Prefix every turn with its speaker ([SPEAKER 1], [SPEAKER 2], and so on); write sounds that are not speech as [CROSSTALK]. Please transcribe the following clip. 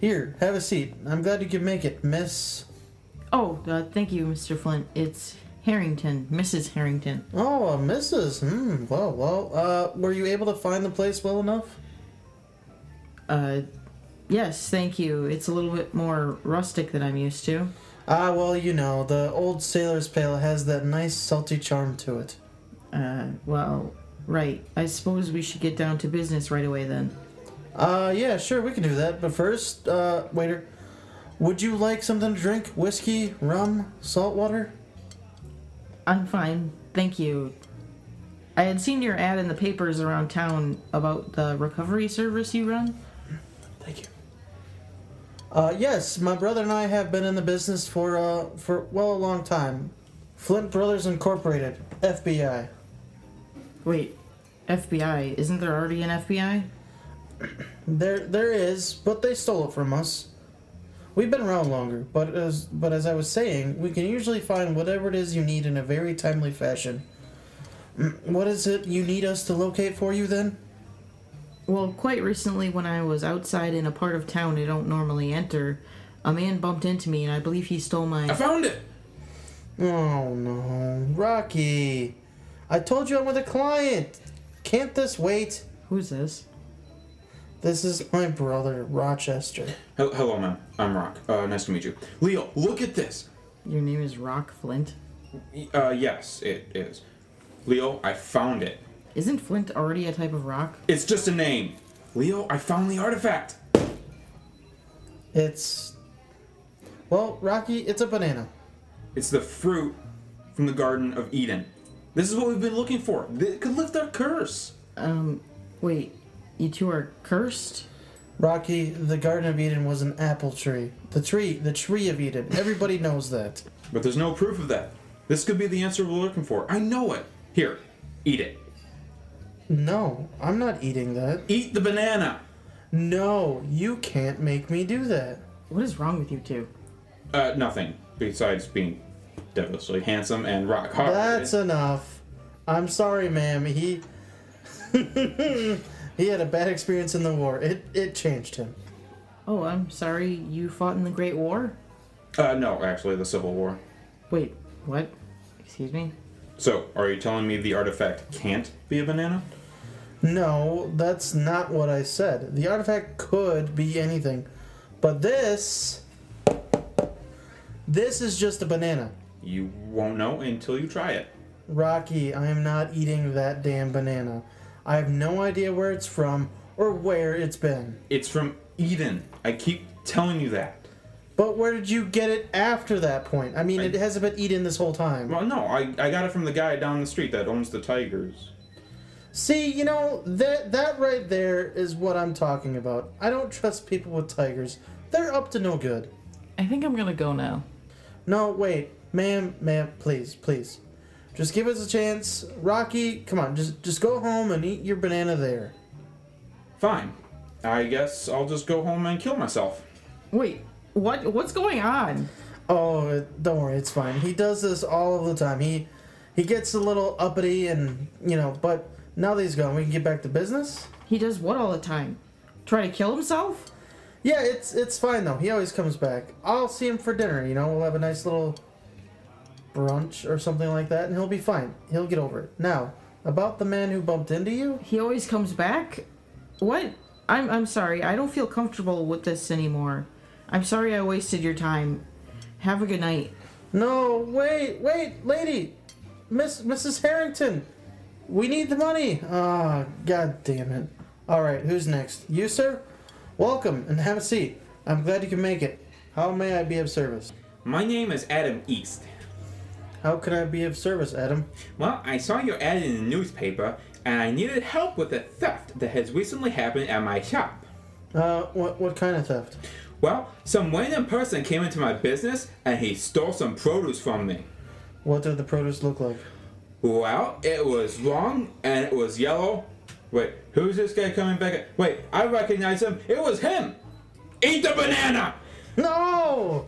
[SPEAKER 1] Here, have a seat. I'm glad you could make it, Miss.
[SPEAKER 2] Oh, uh, thank you, Mr. Flint. It's Harrington, Mrs. Harrington.
[SPEAKER 1] Oh, uh, Mrs. Hmm. Well, well. Uh, were you able to find the place well enough?
[SPEAKER 2] Uh, yes, thank you. It's a little bit more rustic than I'm used to.
[SPEAKER 1] Ah, well, you know, the old sailor's pail has that nice salty charm to it.
[SPEAKER 2] Uh, well, right. I suppose we should get down to business right away then.
[SPEAKER 1] Uh, yeah, sure, we can do that. But first, uh, waiter, would you like something to drink? Whiskey, rum, salt water?
[SPEAKER 2] I'm fine, thank you. I had seen your ad in the papers around town about the recovery service you run.
[SPEAKER 1] Thank you. Uh, yes, my brother and I have been in the business for, uh, for, well, a long time. Flint Brothers Incorporated, FBI.
[SPEAKER 2] Wait, FBI, isn't there already an FBI?
[SPEAKER 1] There, there is, but they stole it from us. We've been around longer, but as but as I was saying, we can usually find whatever it is you need in a very timely fashion. Mm, What is it you need us to locate for you then?
[SPEAKER 2] Well, quite recently, when I was outside in a part of town I don't normally enter, a man bumped into me and I believe he stole
[SPEAKER 3] I
[SPEAKER 2] my.
[SPEAKER 3] found it.
[SPEAKER 1] Oh no, Rocky! I told you I'm with a client. Can't this wait?
[SPEAKER 2] Who's this?
[SPEAKER 1] This is my brother, Rochester.
[SPEAKER 3] Hel- Hello, ma'am. I'm Rock. Uh, nice to meet you. Leo, look at this.
[SPEAKER 2] Your name is Rock Flint?
[SPEAKER 3] Uh, yes, it is. Leo, I found it.
[SPEAKER 2] Isn't Flint already a type of rock?
[SPEAKER 3] It's just a name. Leo, I found the artifact.
[SPEAKER 1] It's well, Rocky. It's a banana.
[SPEAKER 3] It's the fruit from the Garden of Eden. This is what we've been looking for. It could lift our curse.
[SPEAKER 2] Um, wait, you two are cursed?
[SPEAKER 1] Rocky, the Garden of Eden was an apple tree. The tree, the tree of Eden. Everybody knows that.
[SPEAKER 3] But there's no proof of that. This could be the answer we're looking for. I know it. Here, eat it.
[SPEAKER 1] No, I'm not eating that.
[SPEAKER 3] Eat the banana.
[SPEAKER 1] No, you can't make me do that.
[SPEAKER 2] What is wrong with you two?
[SPEAKER 3] Uh, nothing besides being devilishly handsome and rock hard.
[SPEAKER 1] That's enough. I'm sorry, ma'am. He [LAUGHS] he had a bad experience in the war. It it changed him.
[SPEAKER 2] Oh, I'm sorry, you fought in the Great War?
[SPEAKER 3] uh, no, actually, the Civil War.
[SPEAKER 2] Wait, what? Excuse me?
[SPEAKER 3] So, are you telling me the artifact can't be a banana?
[SPEAKER 1] No, that's not what I said. The artifact could be anything, but this this is just a banana.
[SPEAKER 3] You won't know until you try it.
[SPEAKER 1] Rocky, I am not eating that damn banana. I have no idea where it's from or where it's been.
[SPEAKER 3] It's from Eden. I keep telling you that.
[SPEAKER 1] But where did you get it after that point? I mean, it
[SPEAKER 3] I-
[SPEAKER 1] hasn't been eaten this whole time.
[SPEAKER 3] Well, no, I, I got it from the guy down the street that owns the Tigers.
[SPEAKER 1] See, you know, that that right there is what I'm talking about. I don't trust people with tigers. They're up to no good.
[SPEAKER 2] I think I'm gonna go now.
[SPEAKER 1] No, wait. Ma'am, ma'am, please, please. Just give us a chance. Rocky, come on, just just go home and eat your banana there.
[SPEAKER 3] Fine. I guess I'll just go home and kill myself.
[SPEAKER 2] Wait, what? What's going on?
[SPEAKER 1] Oh, it- don't worry, it's fine. He does this all of the time. He he gets a little uppity and, you know, but now that he's gone, we can get back to business.
[SPEAKER 2] He does what all the time? Try to kill himself?
[SPEAKER 1] Yeah, it's it's fine though. He always comes back. I'll see him for dinner. You know, we'll have a nice little brunch or something like that, and he'll be fine. He'll get over it. Now, about the man who bumped into you.
[SPEAKER 2] He always comes back? What? I'm, I'm sorry, I don't feel comfortable with this anymore. I'm sorry I wasted your time. Have a good night.
[SPEAKER 1] No, wait, wait, lady, Miss Mrs. Harrington, we need the money. Ah, god damn it. All right, who's next? You, sir. Welcome and have a seat. I'm glad you can make it. How may I be of service?
[SPEAKER 3] My name is Adam East.
[SPEAKER 1] How can I be of service, Adam?
[SPEAKER 3] Well, I saw your ad in the newspaper, and I needed help with a theft that has recently happened at my shop.
[SPEAKER 1] Uh, what what kind of theft?
[SPEAKER 3] Well, some random person came into my business and he stole some produce from me.
[SPEAKER 1] What did the produce look like?
[SPEAKER 3] Well, it was long and it was yellow. Wait, who's this guy coming back? at- Wait, I recognize him. It was him. Eat the banana.
[SPEAKER 1] No!